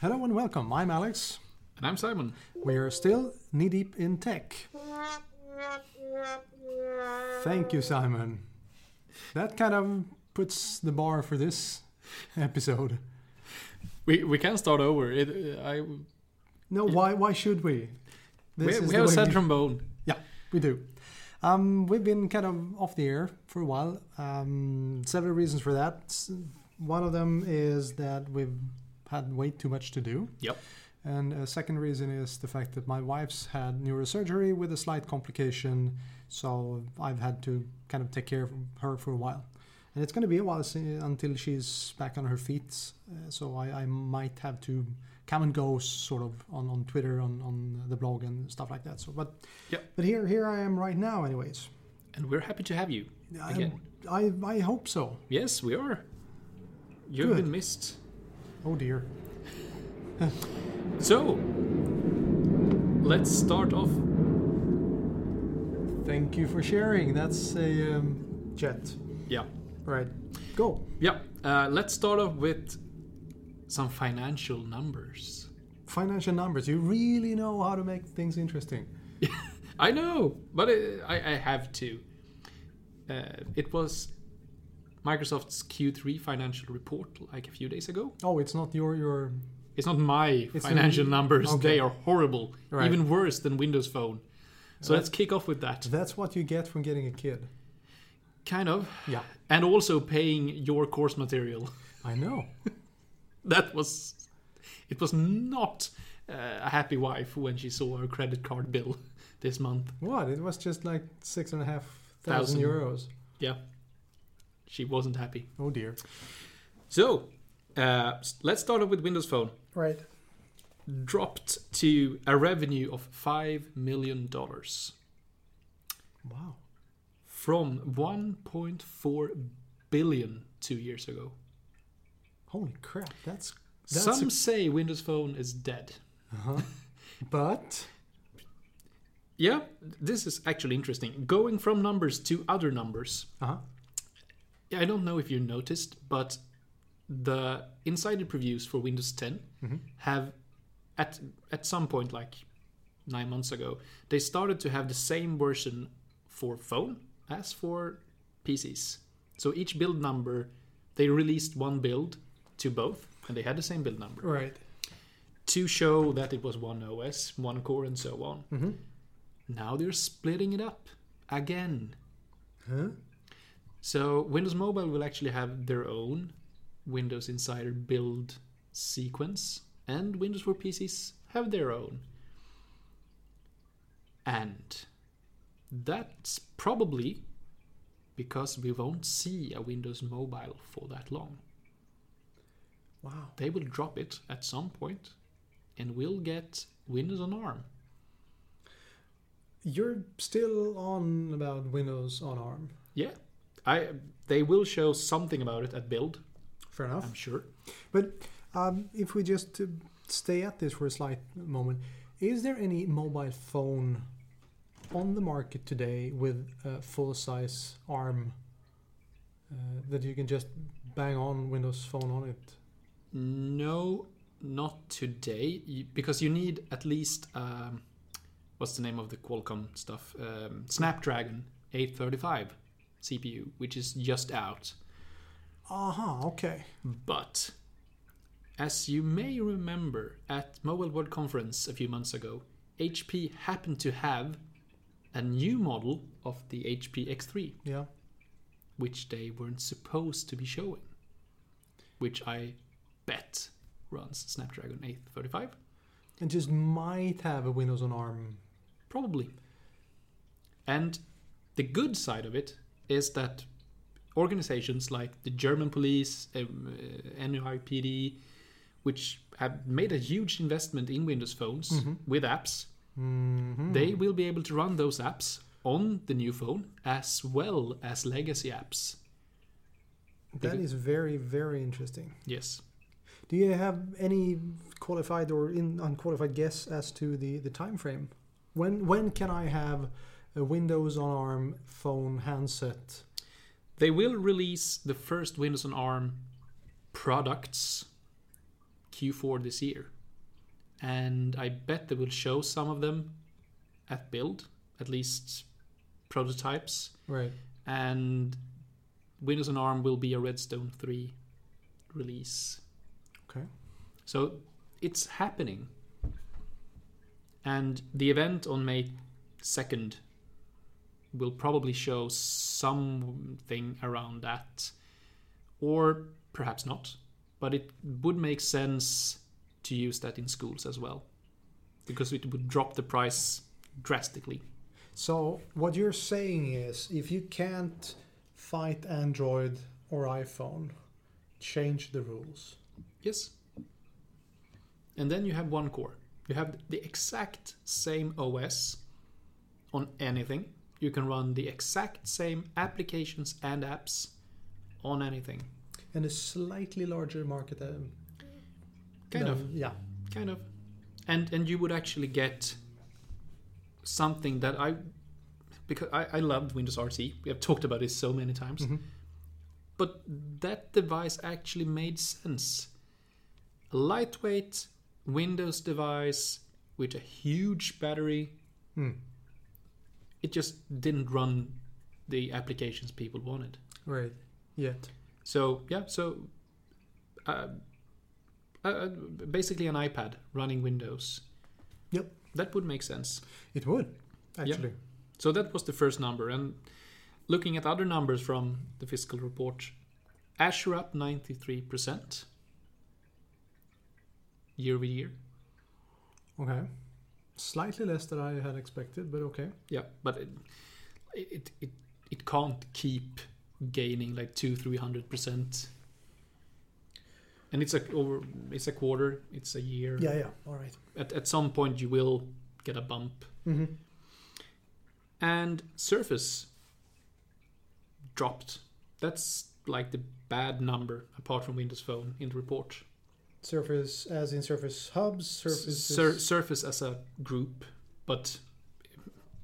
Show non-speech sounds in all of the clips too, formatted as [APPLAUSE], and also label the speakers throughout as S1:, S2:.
S1: Hello and welcome. I'm Alex.
S2: And I'm Simon.
S1: We are still knee deep in tech. Thank you, Simon. That kind of puts the bar for this episode.
S2: We, we can start over. It, I, we
S1: No, why? Why should we? This is
S2: we
S1: the
S2: have a
S1: way
S2: sad
S1: we-
S2: trombone.
S1: Yeah, we do. Um, we've been kind of off the air for a while. Um, several reasons for that. S- One of them is that we've had way too much to do.
S2: Yep.
S1: And a second reason is the fact that my wife's had neurosurgery with a slight complication, so I've had to kind of take care of her for a while. And it's going to be a while si- until she's back on her feet, uh, so I, I might have to come and go sort of on, on Twitter, on, on the blog, and stuff like that. So, but
S2: Yep.
S1: but here here I am right now, anyways.
S2: And we're happy to have you.
S1: I,
S2: Again.
S1: I, I hope so.
S2: Yes, we are. You've
S1: Good.
S2: been missed.
S1: Oh dear.
S2: So, let's start off.
S1: Thank you for sharing. That's a um, jet.
S2: Yeah.
S1: Right. Go.
S2: Yeah. Uh, let's start off with some financial numbers.
S1: financial numbers. You really know how to make things interesting.
S2: I know, but it, I, I have to. Uh, it was Microsoft's Q3 financial report like a few days ago.
S1: Oh, it's not your your.
S2: It's not my
S1: It's
S2: financial
S1: an- e-
S2: numbers.
S1: okay.
S2: They are horrible.
S1: Right.
S2: Even worse than Windows Phone. So let's kick off with that.
S1: That's what you get from getting a kid.
S2: Kind of.
S1: Yeah,
S2: And also paying your course material. [LAUGHS]
S1: I know.
S2: That was. It was not uh, a happy wife when she saw her credit card bill [LAUGHS] this month.
S1: What? It was just like six and a half thousand
S2: Thousand.
S1: euros.
S2: Yeah. She wasn't happy.
S1: Oh dear.
S2: So, uh, s- let's start off with Windows Phone.
S1: Right.
S2: Dropped to a revenue of $5 million
S1: Wow.
S2: from 1.4 billion two years ago.
S1: Holy crap. That's that's.
S2: Some say Windows Phone is dead.
S1: uh But
S2: Yeah, this is actually interesting. Going from numbers to other numbers.
S1: uh-huh.
S2: Yeah, I don't know if you noticed, but the insider previews for Windows 10 have at at some point like 9 months ago, they started to have the same version for phone as for PCs. So each build number, they released one build to both and they had the same build number.
S1: right.
S2: to show that it was one OS, one core, and so on. Now they're splitting it up again.
S1: Huh?
S2: So Windows Mobile will actually have their own Windows Insider build sequence, and Windows for PCs have their own. And that's probably because we won't see a Windows Mobile for that long
S1: Wow.
S2: they will drop it at some point and we'll get Windows on ARM.
S1: You're still on about Windows on ARM.
S2: Yeah. I they will show something about it at build,
S1: Fair enough.
S2: I'm sure.
S1: But um, if we just uh, stay at this for a slight moment, is there any mobile phone on the market today with a full-size ARM uh, that you can just bang on Windows Phone on it?
S2: No, not today you- because you need at least um, what's the name of the Qualcomm stuff? Um, Snapdragon 835 CPU, which is just out.
S1: Aha, okay.
S2: But as you may remember at Mobile World Conference a few months ago, HP happened to have a new model of the HP X3,
S1: Yeah.
S2: which they weren't supposed to be showing, which I bet runs Snapdragon 835.
S1: And just might have a Windows on ARM.
S2: Probably. And the good side of it is that organizations like the German police, um, uh, NYPD, which have made a huge investment in Windows phones with apps, they will be able to run those apps on the new phone as well as legacy apps.
S1: That
S2: Because-
S1: is very, very interesting.
S2: Yes.
S1: Do you have any qualified or in unqualified guess as to the the time frame? When when can I have a Windows on ARM phone handset?
S2: They will release the first Windows on ARM products Q4 this year. And I bet they will show some of them at build, at least prototypes.
S1: Right.
S2: And Windows on ARM will be a Redstone 3 release.
S1: Okay.
S2: So it's happening. And the event on May 2nd will probably show something around that, or perhaps not. But it would make sense to use that in schools as well, because it would drop the price drastically.
S1: So what you're saying is, if you can't fight Android or iPhone, change the rules.
S2: Yes. And then you have one core. You have the exact same OS on anything. You can run the exact same applications and apps on anything.
S1: And a slightly larger market. Um,
S2: Kind
S1: than-
S2: of,
S1: Yeah.
S2: kind of. And and you would actually get something that I because I, I loved Windows RT. We have talked about this so many times.
S1: Mhm.
S2: But that device actually made sense. A lightweight Windows device with a huge battery
S1: Hmm.
S2: it just didn't run the applications people wanted.
S1: Right. Yet.
S2: So yeah, so uh, uh, uh, basically an iPad running Windows.
S1: Yep.
S2: That would make sense.
S1: It would actually.
S2: So that was the first number, and looking at other numbers from the fiscal report, Azure up ninety three percent year over year.
S1: Okay. Slightly less than I had expected, but okay.
S2: Yeah, but it it it, it can't keep gaining like two three hundred percent. And it's a over it's a quarter, it's a year.
S1: Yeah. Yeah. All right.
S2: At at some point you will get a bump.
S1: Mm-hmm.
S2: And Surface dropped. That's like the bad number apart from Windows Phone in the report.
S1: Surface, as in Surface Hubs, Surface.
S2: Sur- surface as a group, but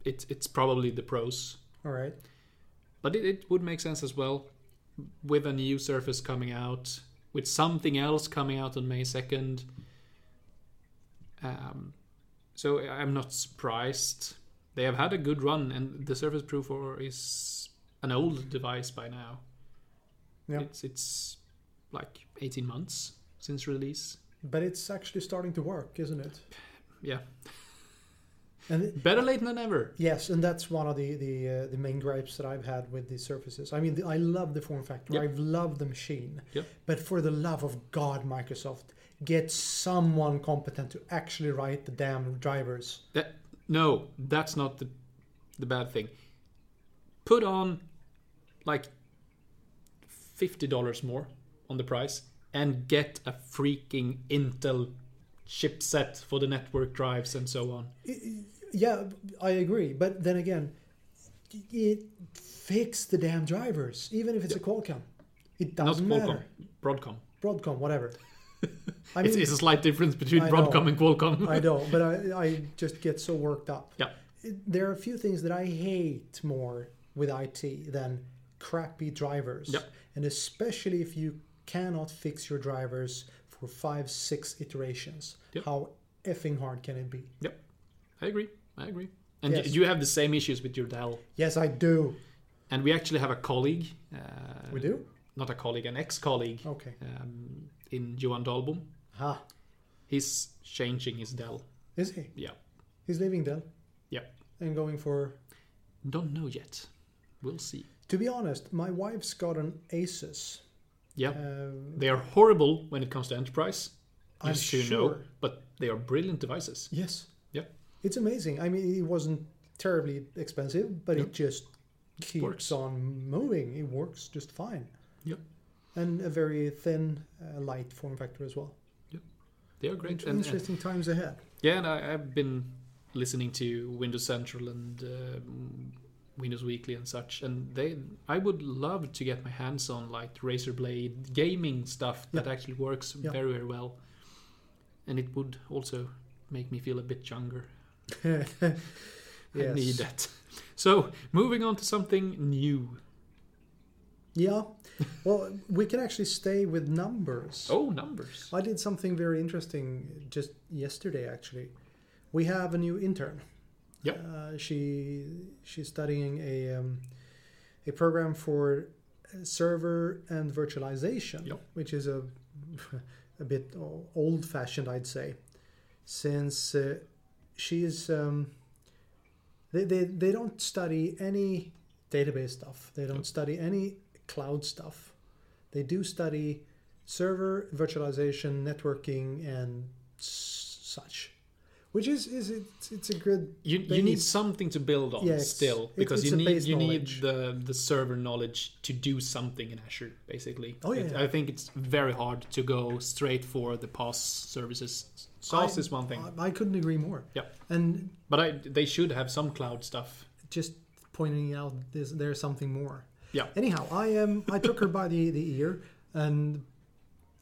S2: it, it's probably the pros.
S1: all right.
S2: But it, it would make sense as well with a new Surface coming out, with something else coming out on May 2nd. Um, so I- I'm not surprised. They have had a good run, and the Surface Pro 4 is an old device by now.
S1: Yeah.
S2: It's, it's like 18 months since release.
S1: But it's actually starting to work, isn't it?
S2: Yeah.
S1: And it-
S2: Better late than ever.
S1: yes, and that's one of the the uh, the main gripes that I've had with these surfaces. I mean, the, I love the form factor.
S2: Yep.
S1: I've loved the machine.
S2: Yep.
S1: But for the love of God, Microsoft, get someone competent to actually write the damn drivers.
S2: That no, that's not the the bad thing. Put on like fifty dollars more on the price and get a freaking Intel chipset for the network drives and so on.
S1: Yeah, I agree. But then again, it fix the damn drivers, even if it's a Qualcomm. It doesn't
S2: not Qualcomm,
S1: matter.
S2: Broadcom.
S1: Broadcom, whatever. I
S2: it's,
S1: mean,
S2: it's a slight difference between
S1: I know.
S2: Broadcom and Qualcomm.
S1: I know, but I, I just get so worked up.
S2: [LAUGHS] yeah,
S1: It- There are a few things that I hate more with IT than crappy drivers.
S2: Yep.
S1: And especially if you cannot fix your drivers for five, six iterations.
S2: Yep.
S1: How effing hard can it be?
S2: yep. I agree. I agree. And
S1: Yes.
S2: you have the same issues with your Dell.
S1: Yes, I do.
S2: And we actually have a colleague. Uh,
S1: We do?
S2: Not a colleague, an ex-colleague
S1: Okay.
S2: um, in Johan Dahlbom.
S1: Ha.
S2: He's changing his Dell.
S1: Is he?
S2: Yeah.
S1: He's leaving Dell
S2: Yeah.
S1: and going for.
S2: Don't know yet. We'll see.
S1: To be honest, my wife's got an Asus.
S2: Yeah.
S1: Uh,
S2: they are horrible when it comes to enterprise.
S1: I'm
S2: Just so you know,
S1: sure.
S2: but they are brilliant devices.
S1: yes.
S2: Yeah.
S1: It's amazing. I mean, it wasn't terribly expensive, but
S2: Yep.
S1: it just keeps
S2: works.
S1: on moving. It works just fine.
S2: Yep.
S1: And a very thin, uh, light form factor as well.
S2: They are great. And, and-
S1: Interesting times ahead. [LAUGHS]
S2: yeah, and I, I've been listening to Windows Central and um Windows Weekly and such, and they. I would love to get my hands on like Razer Blade gaming stuff that actually works
S1: Yeah.
S2: very very well, and it would also make me feel a bit younger. I need that. So, moving on to something new.
S1: Yeah. Well, we can actually stay with numbers.
S2: Oh, numbers.
S1: I did something very interesting just yesterday, actually. We have a new intern.
S2: Yep.
S1: Uh, she she's studying a um, a program for server and virtualization,
S2: Yep.
S1: which is a [LAUGHS] a bit old fashioned, I'd say, since uh, she is. Um, they, they, they don't study any database stuff. They don't study any cloud stuff. They do study server virtualization, networking, and s- such, which is is it's, it's a good.
S2: You, you need something to build on
S1: Yeah, it's-
S2: still
S1: it-
S2: because
S1: it's
S2: you
S1: a
S2: need
S1: base
S2: you
S1: knowledge.
S2: need the, the server knowledge to do something in Azure basically.
S1: Oh, yeah,
S2: It-
S1: yeah.
S2: I think it's very hard to go straight for the PaaS services. SaaS is one thing,
S1: I, I couldn't agree more.
S2: Yeah.
S1: And
S2: but I, they should have some cloud stuff.
S1: just pointing out this, there's something more.
S2: Yeah.
S1: Anyhow, I um I took her by the the ear and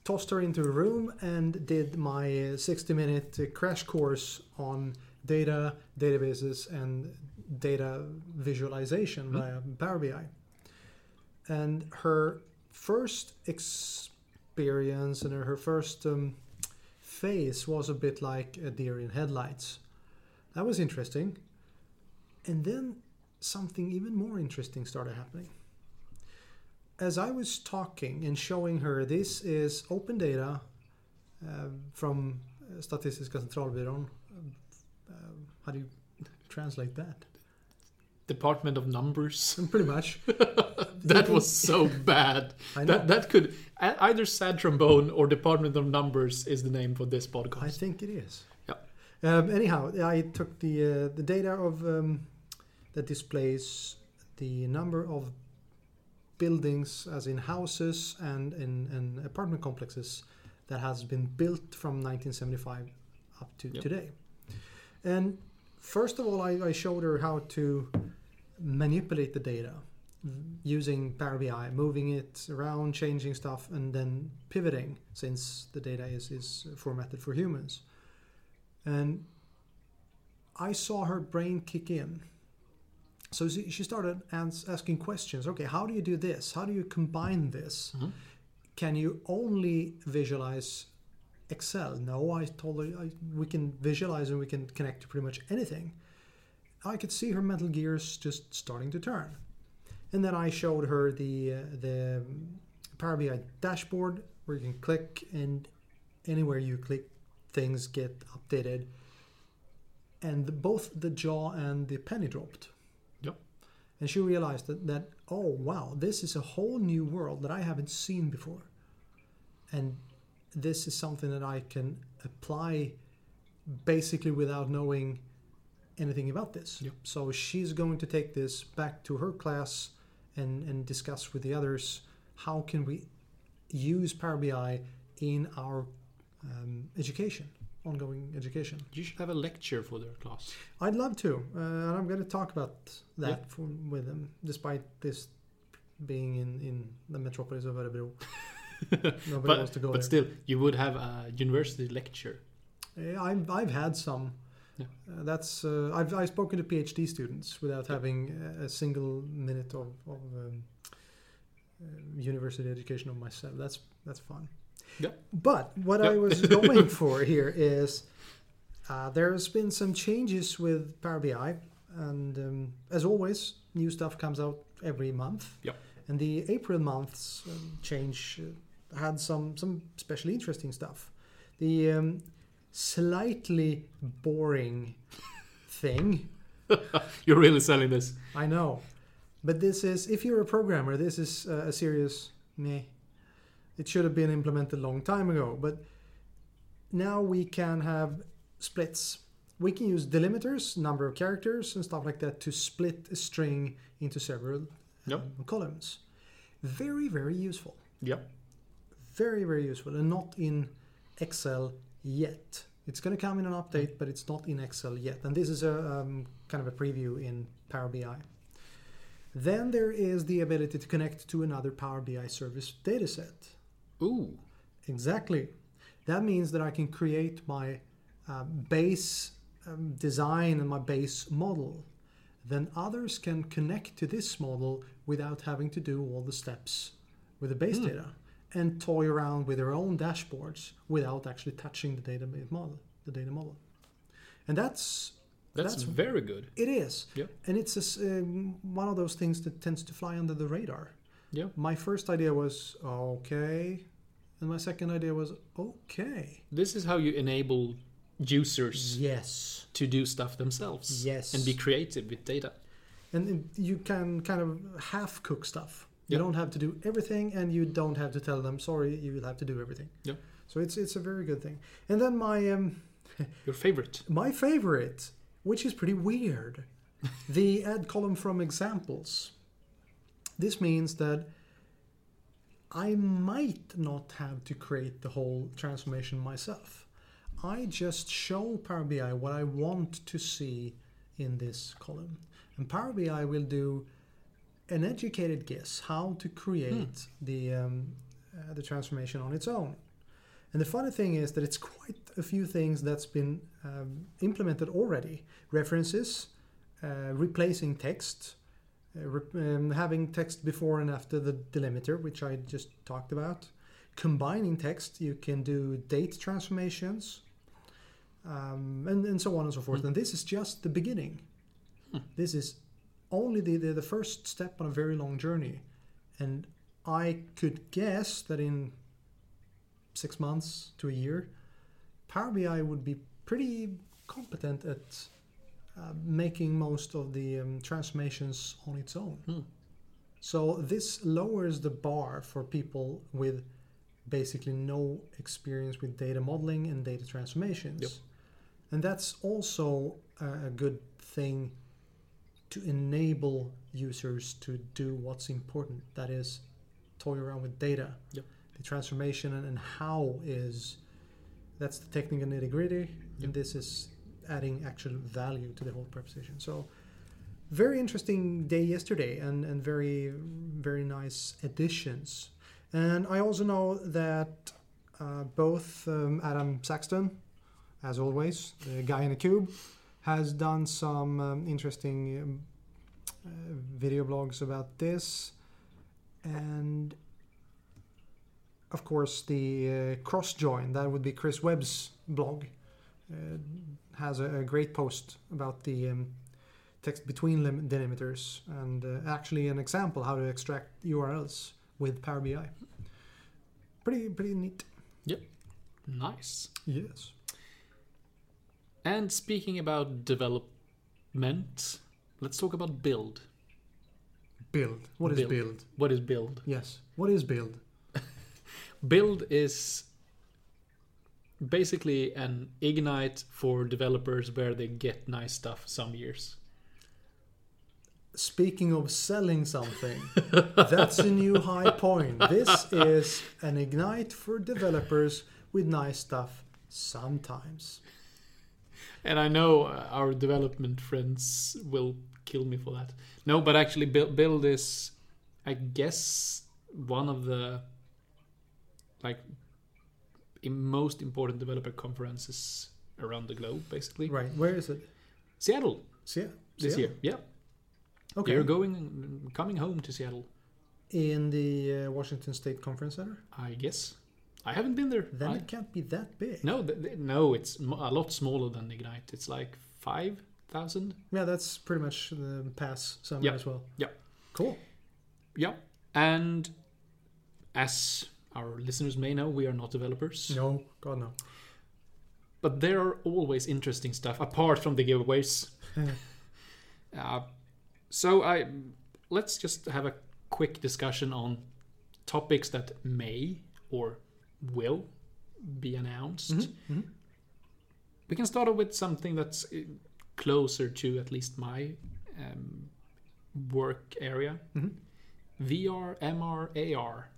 S1: tossed her into a room and did my uh, 60 minute uh, crash course on data databases and data visualization via Power BI. And her first experience and her, her first um, phase was a bit like a deer in headlights. That was interesting. And then something even more interesting started happening. As I was talking and showing her, this is open data uh, from uh, Statistiska centralbyrån. Um, um, how do you [LAUGHS] translate that? [LAUGHS]
S2: Department of Numbers. [LAUGHS]
S1: Pretty much.
S2: That was so bad.
S1: [LAUGHS] I know.
S2: That that could e- either sad trombone or Department of Numbers is the name for this
S1: I
S2: podcast.
S1: think it is.
S2: Yeah.
S1: Um, anyhow, I took the uh, the data of um, that displays the number of buildings, as in houses and in, in apartment complexes, that has been built from 1975 up to
S2: Yep.
S1: today. And first of all, I, I showed her how to manipulate the data using Power BI, moving it around, changing stuff, and then pivoting since the data is, is formatted for humans. And I saw her brain kick in. So she she started ans- asking questions. Okay, how do you do this? How do you combine this? Can you only visualize Excel? No, I told her I, we can visualize and we can connect to pretty much anything. I could see her mental gears just starting to turn. And then I showed her the uh, the um, Power BI dashboard where you can click and anywhere you click, things get updated. And the, both the jaw and the penny dropped.
S2: Yep.
S1: And she realized that, that, oh wow, this is a whole new world that I haven't seen before. And this is something that I can apply basically without knowing anything about this.
S2: Yep.
S1: So she's going to take this back to her class and, and discuss with the others how can we use Power BI in our um, education, ongoing education.
S2: You should have a lecture for their class.
S1: I'd love to, uh, and I'm going to talk about that
S2: Yeah.
S1: for, with them, despite this being in, in the metropolis of
S2: [LAUGHS]
S1: Örebro. Nobody wants to go
S2: but
S1: there.
S2: still, you would have a university lecture. [LAUGHS]
S1: Yeah, I've, I've had some.
S2: Yeah.
S1: Uh, that's uh, I've, I've spoken to PhD students without having a- a single minute of, of um, uh, university education of myself. That's that's fun.
S2: Yeah.
S1: But what I
S2: Yeah. [LAUGHS]
S1: was going for here is uh, there's been some changes with Power BI, and um, as always, new stuff comes out every month.
S2: Yeah.
S1: And the April month's um, change uh, had some some especially interesting stuff. The um, slightly boring thing.
S2: You're really selling this.
S1: I know, but this is if you're a programmer, this is uh, a serious meh. It should have been implemented a long time ago, but now we can have splits. We can use delimiters, number of characters, and stuff like that to split a string into several
S2: Yep.
S1: um, columns. Very, very useful.
S2: Yep.
S1: Very, very useful, and not in Excel yet. It's going to come in an update, but it's not in Excel yet. And this is a um, kind of a preview in Power BI. Then there is the ability to connect to another Power BI service dataset.
S2: Ooh.
S1: Exactly. That means that I can create my uh, base um, design and my base model. then others can connect to this model without having to do all the steps with the base data and toy around with their own dashboards without actually touching the data model, the data model. And that's
S2: That's,
S1: That's-
S2: very good.
S1: it is.
S2: Yeah.
S1: And it's a s um, one of those things that tends to fly under the radar.
S2: Yeah.
S1: My first idea was okay, and my second idea was okay.
S2: This is how you enable users
S1: Yes.
S2: to do stuff themselves.
S1: Mm-hmm. Yes.
S2: And be creative with data.
S1: And it- you can kind of half cook stuff. You
S2: Yeah.
S1: don't have to do everything, and you don't have to tell them sorry. You will have to do everything.
S2: Yeah.
S1: So it's it's a very good thing. And then my um,
S2: Your favorite.
S1: my favorite, which is pretty weird, the add column from examples. This means that I might not have to create the whole transformation myself. I just show Power BI what I want to see in this column. And Power BI will do an educated guess how to create the, um, uh, the transformation on its own. And the funny thing is that it's quite a few things that's been um, implemented already references, uh, replacing text, uh, rep- um, having text before and after the delimiter, which I just talked about. Combining text, you can do date transformations, um, and, and so on and so forth. And this is just the beginning. This is only the, the, the first step on a very long journey. And I could guess that in six months to a year, Power BI would be pretty competent at uh, making most of the um, transformations on its own.
S2: Hmm.
S1: So this lowers the bar for people with basically no experience with data modeling and data transformations.
S2: Yep.
S1: And that's also a a good thing to enable users to do what's important that is, toy around with data the transformation and, and how is that's the technical nitty gritty and
S2: Yep.
S1: this is adding actual value to the whole proposition so very interesting day yesterday and, and very very nice additions and i also know that uh, both um, adam saxton as always the guy in the cube has done some um, interesting um, uh, video blogs about this and of course, the uh, cross join that would be Chris Webb's blog uh, has a, a great post about the um, text between lim- delimiters and uh, actually an example how to extract URLs with Power BI. Pretty pretty neat.
S2: Nice.
S1: Yes.
S2: And speaking about development, let's talk about build.
S1: Build. What is
S2: Build.
S1: build?
S2: What is build?
S1: Yes. What is build?
S2: Build is basically an Ignite for developers where they get nice stuff some years.
S1: Speaking of selling something, that's a new high point. This is an ignite for developers with nice stuff sometimes.
S2: And I know uh, our development friends will kill me for that. No, but actually, build, build is, I guess, one of the like im- most important developer conferences around the globe. Basically,
S1: Right. Where is it?
S2: Seattle
S1: Se-
S2: this
S1: Seattle.
S2: year. Yeah,
S1: Okay.
S2: they're going, coming home to Seattle.
S1: In the uh, Washington State Conference Center?
S2: I guess. I haven't been there.
S1: Then
S2: I-
S1: it can't be that big.
S2: no, th- th- no, it's m- a lot smaller than Ignite. It's like five thousand.
S1: Yeah, that's pretty much the pass summer
S2: Yep.
S1: as well.
S2: Yep.
S1: Cool.
S2: Yeah. And as our listeners may know, we are not developers.
S1: No, God no.
S2: But there are always interesting stuff apart from the giveaways. [LAUGHS] uh, so I let's just have a quick discussion on topics that may or will be announced. We can start off with something that's uh, closer to at least my um, work area.
S1: Mhm.
S2: VR, MR, AR.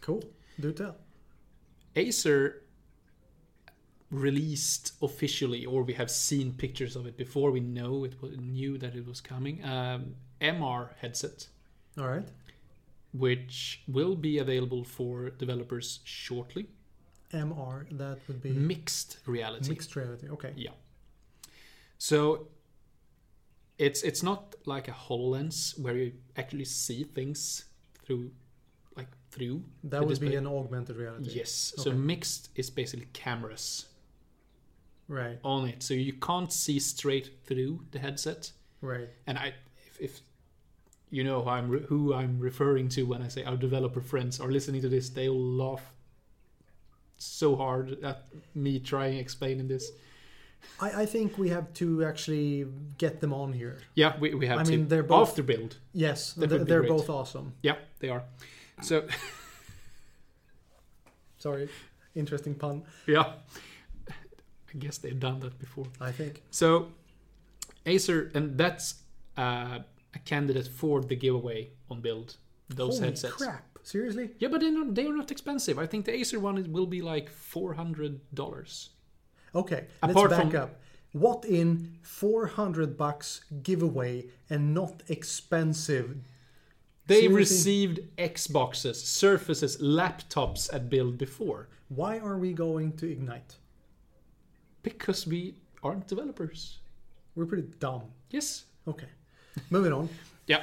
S1: Cool. Do tell.
S2: Acer released officially, or we have seen pictures of it before. We know it was knew that it was coming. Um, MR headset,
S1: All right.
S2: which will be available for developers shortly.
S1: MR, that would be
S2: Mixed reality.
S1: mixed reality. Okay.
S2: Yeah. So It's it's not like a Hololens where you actually see things through, like through.
S1: That
S2: the
S1: would be
S2: display.
S1: an augmented reality.
S2: Yes. So
S1: Okay.
S2: mixed is basically cameras
S1: Right.
S2: on it, so you can't see straight through the headset.
S1: Right.
S2: And I, if, if you know who I'm, re- who I'm referring to when I say our developer friends are listening to this, they will laugh so hard at me trying explaining this.
S1: I, I think we have to actually get them on here.
S2: Yeah, we, we have
S1: I
S2: to.
S1: mean, they're both-
S2: After build.
S1: Yes,
S2: That
S1: th-
S2: would be
S1: they're
S2: great.
S1: both awesome.
S2: Yeah, they are. So [LAUGHS]
S1: Sorry, interesting pun.
S2: yeah, I guess they've done that before.
S1: I think.
S2: So Acer, and that's uh, a candidate for the giveaway on build. Those
S1: Holy
S2: headsets.
S1: crap! Seriously?
S2: Yeah, but they're not, they are not expensive. I think the Acer one it will be like four hundred dollars.
S1: Okay,
S2: Apart
S1: let's back
S2: from-
S1: up. What in 400 bucks giveaway and not expensive?
S2: They
S1: Seriously?
S2: received Xboxes, Surfaces, laptops at build before
S1: Why are we going to Ignite?
S2: because we aren't developers.
S1: We're pretty dumb.
S2: Yes. [LAUGHS]
S1: Okay, moving on.
S2: Yeah.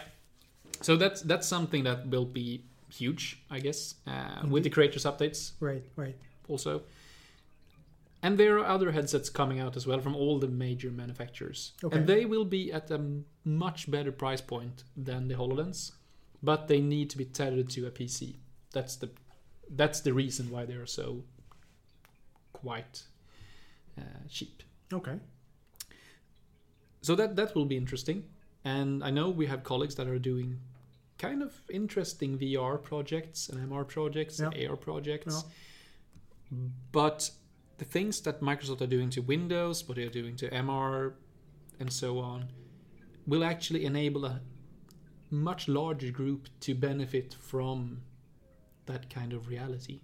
S2: So that's that's something that will be huge, I guess, uh, with the creators updates
S1: Right, right.
S2: also. And there are other headsets coming out as well from all the major manufacturers.
S1: Okay.
S2: And they will be at a much better price point than the HoloLens, but they need to be tethered to a PC. That's the that's the reason why they are so quite uh, cheap.
S1: Okay.
S2: So that that will be interesting. And I know we have colleagues that are doing kind of interesting VR projects and MR projects,
S1: Yeah.
S2: AR projects. But the things that Microsoft are doing to Windows, what they're doing to MR, and so on, will actually enable a much larger group to benefit from that kind of reality.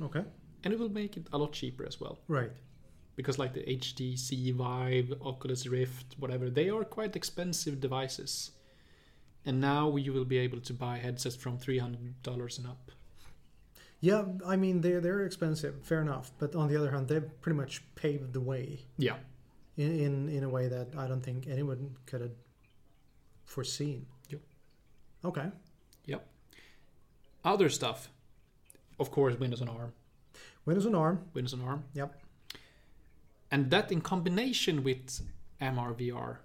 S1: Okay.
S2: And it will make it a lot cheaper as well
S1: Right.
S2: because like the HTC Vive, Oculus Rift, whatever, they are quite expensive devices. And now you will be able to buy headsets from three hundred dollars and up.
S1: Yeah, I mean they're they're expensive, fair enough. But on the other hand, they've pretty much paved the way
S2: Yeah,
S1: in in, in a way that I don't think anyone could have foreseen.
S2: Yep.
S1: Okay.
S2: yep. Other stuff, of course, Windows on ARM,
S1: Windows on ARM.
S2: Windows on ARM,
S1: Yep.
S2: and that in combination with MRVR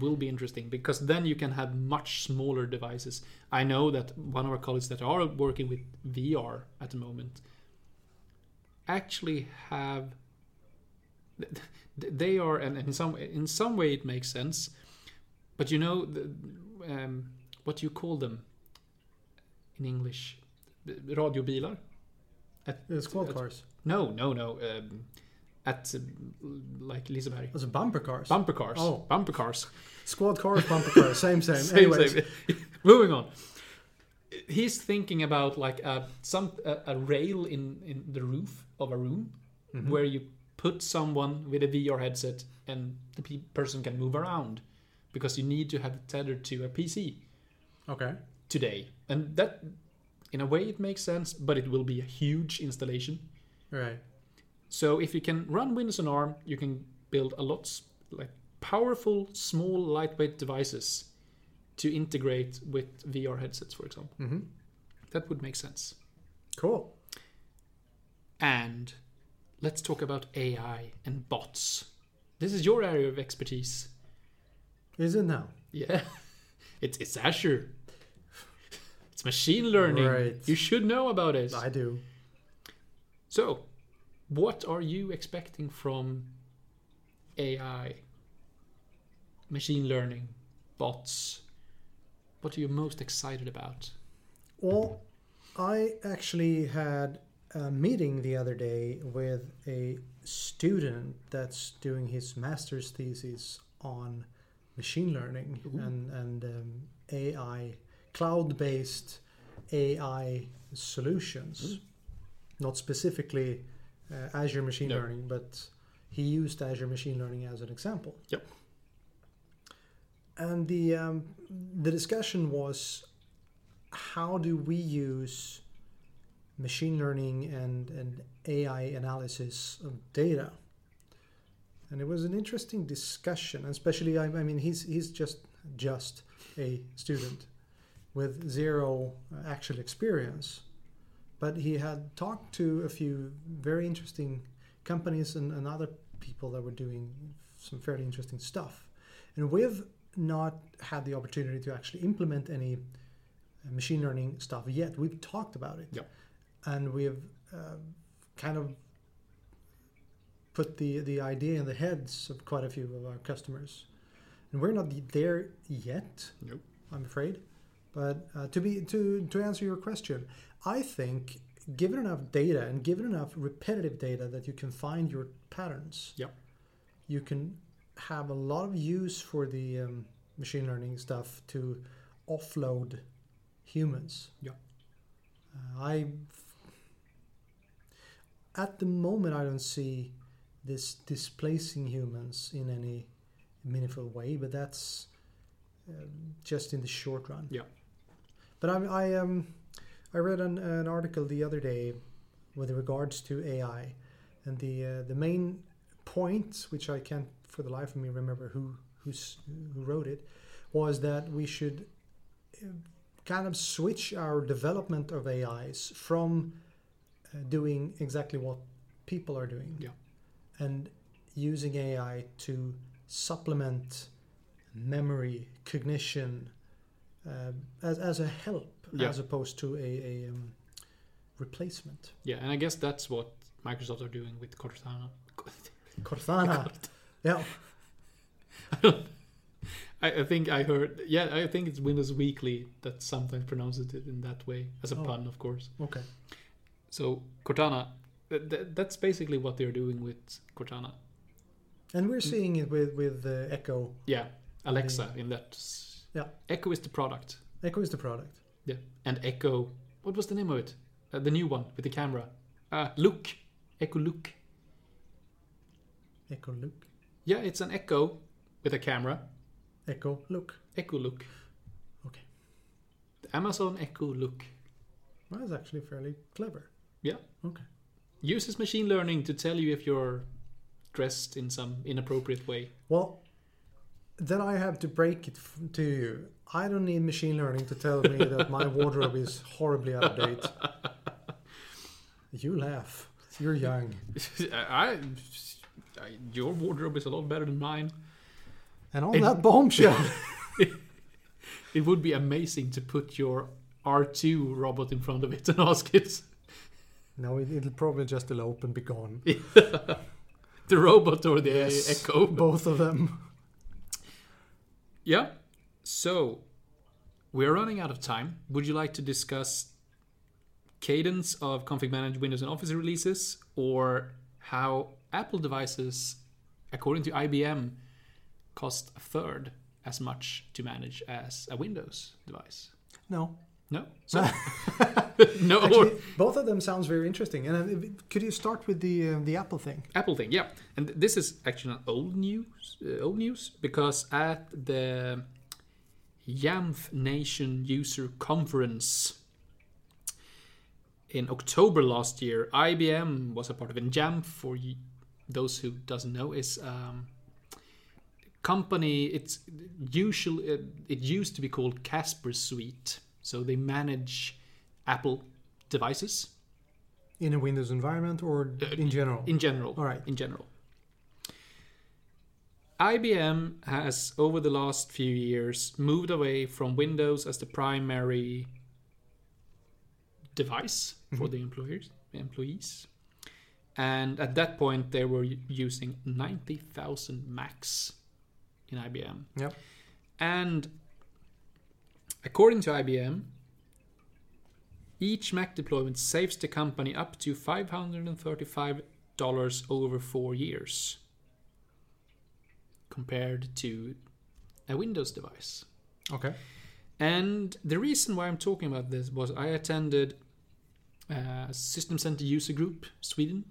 S2: will be interesting because then you can have much smaller devices. I know that one of our colleagues that are working with VR at the moment actually have th- th- they are and and in some in some way it makes sense but you know the, um, what do you call them in english The- the radiobilar At-
S1: It's quad
S2: at-
S1: cars.
S2: no, no, no. Um, at um, like Liseberg.
S1: Those are bumper cars.
S2: Bumper cars.
S1: Oh.
S2: Bumper cars.
S1: Squad cars, bumper cars, same, same.
S2: [LAUGHS]
S1: [LAUGHS]
S2: Same,
S1: Anyways,
S2: same. Moving on. He's thinking about like a, some a, a rail in, in the roof of a room
S1: Mm-hmm.
S2: where you put someone with a VR headset and the pe- person can move around because you need to have it tethered to a PC
S1: Okay.
S2: today. And that, in a way, it makes sense, but it will be a huge installation.
S1: Right.
S2: So if you can run Windows on ARM, you can build a lot s- like powerful, small, lightweight devices to integrate with VR headsets, for example.
S1: Mm-hmm.
S2: That would make sense.
S1: Cool.
S2: And let's talk about AI and bots. This is your area of expertise.
S1: Is it now?
S2: Yeah, [LAUGHS] it's it's Azure. It's machine learning.
S1: Right.
S2: You should know about it.
S1: I do.
S2: So, what are you expecting from AI, machine learning, bots? What are you most excited about?
S1: Well, I actually had a meeting the other day with a student that's doing his master's thesis on machine learning and and um, AI, cloud-based AI solutions. Not specifically uh, Azure machine
S2: Hmm. No.
S1: learning, but he used Azure machine learning as an example.
S2: Yep.
S1: And the um, the discussion was how do we use machine learning and, and AI analysis of data and it was an interesting discussion. Especially, I, I mean, he's he's just just a student with zero uh, actual experience, but he had talked to a few very interesting companies and, and other people that were doing some fairly interesting stuff, and we've not had the opportunity to actually implement any uh, machine learning stuff yet. We've talked about it,
S2: Yep.
S1: and we've uh, kind of put the the idea in the heads of quite a few of our customers, and we're not there yet.
S2: Nope.
S1: I'm afraid. But uh, to be to to answer your question, I think given enough data and given enough repetitive data that you can find your patterns,
S2: Yep.
S1: you can have a lot of use for the um, machine learning stuff to offload humans.
S2: Yep.
S1: Uh, I at the moment I don't see this displacing humans in any meaningful way, but that's um, just in the short run.
S2: Yeah.
S1: But I, I um, I read an, an article the other day with regards to AI, and the uh, the main point, which I can't for the life of me remember who who's, who wrote it, was that we should uh, kind of switch our development of AIs from uh, doing exactly what people are doing,
S2: Yeah.
S1: and using AI to supplement memory, cognition, uh, as, as a help
S2: Yeah.
S1: as opposed to a, a um, replacement.
S2: Yeah, and I guess that's what Microsoft are doing with Cortana.
S1: Cortana. [LAUGHS] yeah.
S2: I, I think I heard. Yeah, I think it's Windows Weekly that sometimes pronounces it in that way, as a
S1: Oh.
S2: pun, of course.
S1: Okay.
S2: So Cortana, th- th- that's basically what they're doing with Cortana.
S1: And we're seeing it with with uh, Echo.
S2: Yeah, Alexa in that. s-
S1: Mm. Yeah.
S2: Echo is the product,
S1: Echo is the product.
S2: and Echo. What was the name of it? Uh, the new one with the camera. Uh, Look, Echo Look.
S1: Echo Look.
S2: Yeah, it's an Echo with a camera.
S1: Echo Look.
S2: Echo Look.
S1: Okay.
S2: The Amazon Echo Look
S1: Well, that's actually fairly clever.
S2: Yeah.
S1: Okay.
S2: uses machine learning to tell you if you're dressed in some inappropriate way.
S1: Well, then I have to break it f- to you. I don't need machine learning to tell me that my wardrobe is horribly out of date. You laugh. You're young.
S2: [LAUGHS] I, I, your wardrobe is a lot better than mine.
S1: And on
S2: It-
S1: that bombshell.
S2: It would be amazing to put your R2 robot in front of it and [LAUGHS] ask it.
S1: [LAUGHS] No, it, it'll probably just elope and be gone.
S2: The robot or the
S1: Yes.
S2: Echo.
S1: Both of them.
S2: Yeah. So, we're running out of time. Would you like to discuss cadence of config managed Windows and Office releases or how Apple devices, according to IBM, cost a third as much to manage as a Windows device?
S1: No.
S2: No. So, [LAUGHS] no. or-
S1: Actually, both of them sounds very interesting. And uh, if- could you start with the uh, the Apple thing?
S2: Apple thing, yeah. And th- this is actually not old news, uh, old news because at the YAMF Nation User Conference in October last year, IBM was a part of it. And YAMF, for y- those who doesn't know, is um, company. It's usually uh, it used to be called Casper Suite, so they manage Apple devices.
S1: In a Windows environment or in general?
S2: Uh, In general.
S1: All right.
S2: In general. IBM has, over the last few years, moved away from Windows as the primary device for
S1: Mm-hmm.
S2: the employers, employees. And at that point, they were u- using 90,000 Macs in IBM.
S1: Yep.
S2: And according to IBM, each Mac deployment saves the company up to $535 over four years compared to a Windows device.
S1: Okay.
S2: And the reason why I'm talking about this was I attended uh, System Center User Group Sweden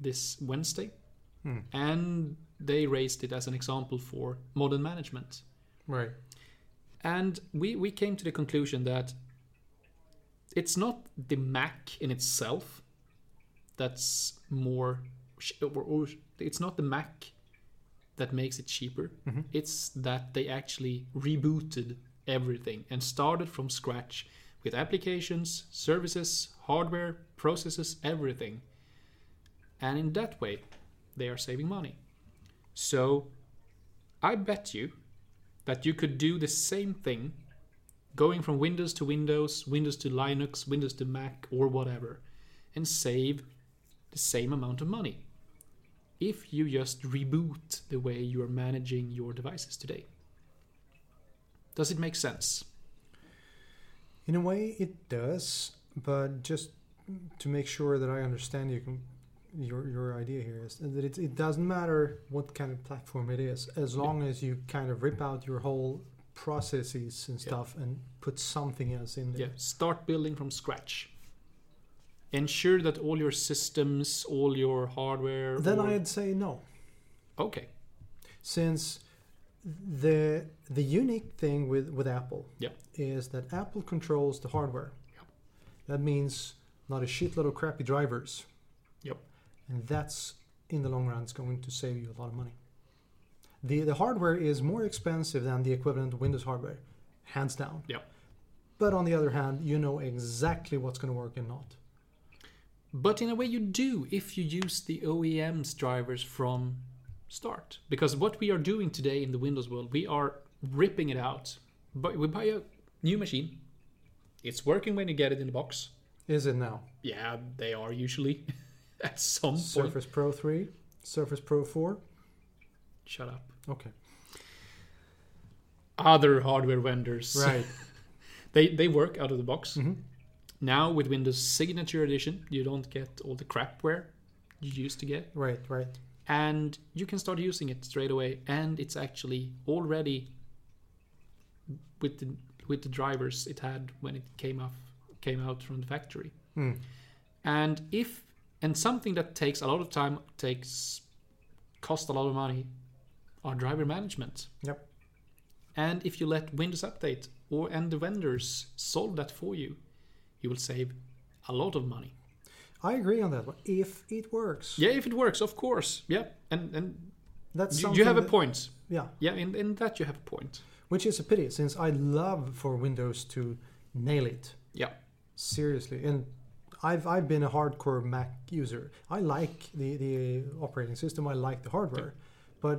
S2: this Wednesday,
S1: Hmm.
S2: and they raised it as an example for modern management.
S1: Right.
S2: And we, we came to the conclusion that it's not the Mac in itself that's more sh- or, or it's not the Mac that makes it cheaper. It's that they actually rebooted everything and started from scratch with applications, services, hardware, processes, everything. And in that way, they are saving money. So I bet you that you could do the same thing going from Windows to Windows, Windows to Linux, Windows to Mac, or whatever, and save the same amount of money if you just reboot the way you are managing your devices today. Does it make sense?
S1: In a way, it does, but just to make sure that I understand you, can, your your idea here is that it, it doesn't matter what kind of platform it is, as long as you kind of rip out your whole processes and
S2: Yeah.
S1: stuff and put something else in
S2: Yeah,
S1: there.
S2: start building from scratch. Ensure that all your systems, all your hardware.
S1: Then
S2: all-
S1: I'd say no.
S2: Okay.
S1: since the the unique thing with with Apple
S2: Yeah.
S1: is that Apple controls the hardware.
S2: Yep.
S1: That means not a shitload of crappy drivers.
S2: Yep.
S1: And that's in the long run is going to save you a lot of money. The the hardware is more expensive than the equivalent Windows hardware, hands down.
S2: Yep.
S1: But on the other hand, you know exactly what's going to work and not.
S2: But in a way, you do if you use the OEM's drivers from start. Because what we are doing today in the Windows world, we are ripping it out. But we buy a new machine. It's working when you get it in the box.
S1: Is it now?
S2: Yeah, they are usually [LAUGHS] at some point.
S1: Surface Pro 3, Surface Pro 4.
S2: Shut up. [LAUGHS]
S1: Okay.
S2: Other hardware vendors.
S1: Right.
S2: [LAUGHS] They they work out of the box.
S1: Mhm.
S2: Now with Windows Signature Edition, you don't get all the crapware you used to get.
S1: right, right.
S2: and you can start using it straight away and it's actually already with the with the drivers it had when it came off came out from the factory
S1: Hmm.
S2: and if and something that takes a lot of time takes cost a lot of money are driver management
S1: Yep.
S2: and if you let windows update or and the vendors solve that for you you will save a lot of money
S1: I agree on that one. If it works,
S2: yeah if it works of course yeah and and
S1: that's
S2: you,
S1: something
S2: you have a
S1: that-
S2: point
S1: Yeah,
S2: Yeah, in, in that you have a point.
S1: which is a pity since I love for Windows to nail it
S2: Yeah.
S1: seriously, and I've I've been a hardcore Mac user. I like the the operating system. I like the hardware, but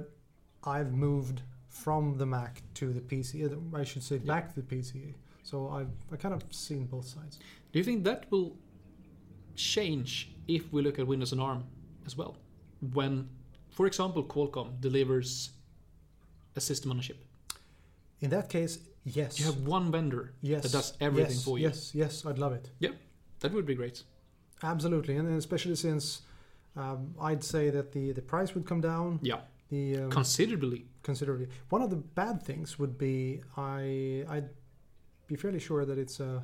S1: I've moved from the Mac to the PC. uh, I should say back to the PC. So I've I kind of seen both sides.
S2: Do you think that will change if we look at Windows and ARM as well? When, for example, Qualcomm delivers a system on a chip,
S1: In that case, yes,
S2: you have one vendor
S1: yes,
S2: that does everything
S1: yes,
S2: for you.
S1: Yes, yes, I'd love it.
S2: Yeah, that would be great.
S1: Absolutely, and especially since um, I'd say that the, the price would come down.
S2: Yeah,
S1: The um,
S2: considerably.
S1: considerably. One of the bad things would be I I'd be fairly sure that it's a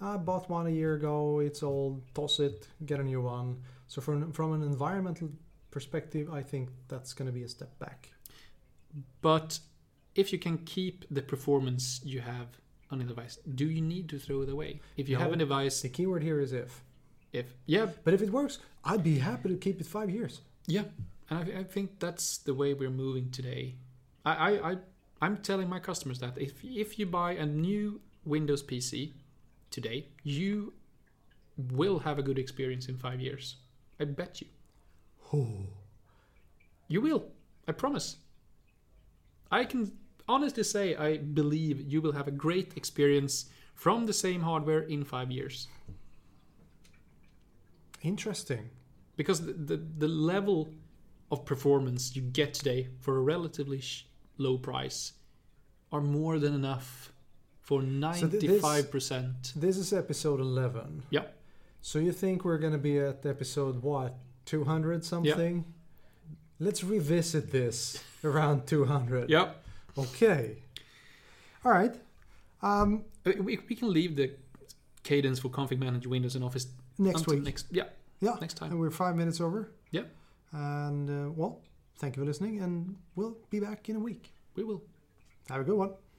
S1: I bought one a year ago. It's old. Toss it. Get a new one. So from from an environmental perspective, I think that's going to be a step back.
S2: But if you can keep the performance you have on a device, do you need to throw it away? If you have
S1: No.
S2: a device,
S1: The keyword here is if.
S2: if yeah,
S1: But if it works, I'd be happy to keep it five years.
S2: Yeah, and I, thi- I think that's the way we're moving today. I, I, I I'm telling my customers that if if you buy a new Windows PC today, you will have a good experience in five years. I bet you.
S1: Oh.
S2: You will. I promise. I can honestly say I believe you will have a great experience from the same hardware in five years.
S1: Interesting.
S2: because the, the, the level of performance you get today for a relatively sh- low price are more than enough for
S1: So th- this-
S2: 95%
S1: This is episode eleven.
S2: yeah
S1: So you think we're gonna be at episode what, two hundred something? Let's revisit this around two hundred.
S2: yeah
S1: Okay. All right. Um,
S2: Uh, we, we can leave the cadence for config manager windows and office
S1: next
S2: until
S1: week.
S2: next yeah
S1: yeah.
S2: next time
S1: And we're five minutes over.
S2: Yeah.
S1: And uh, well, thank you for listening, and we'll be back in a week.
S2: we will
S1: Have a good one.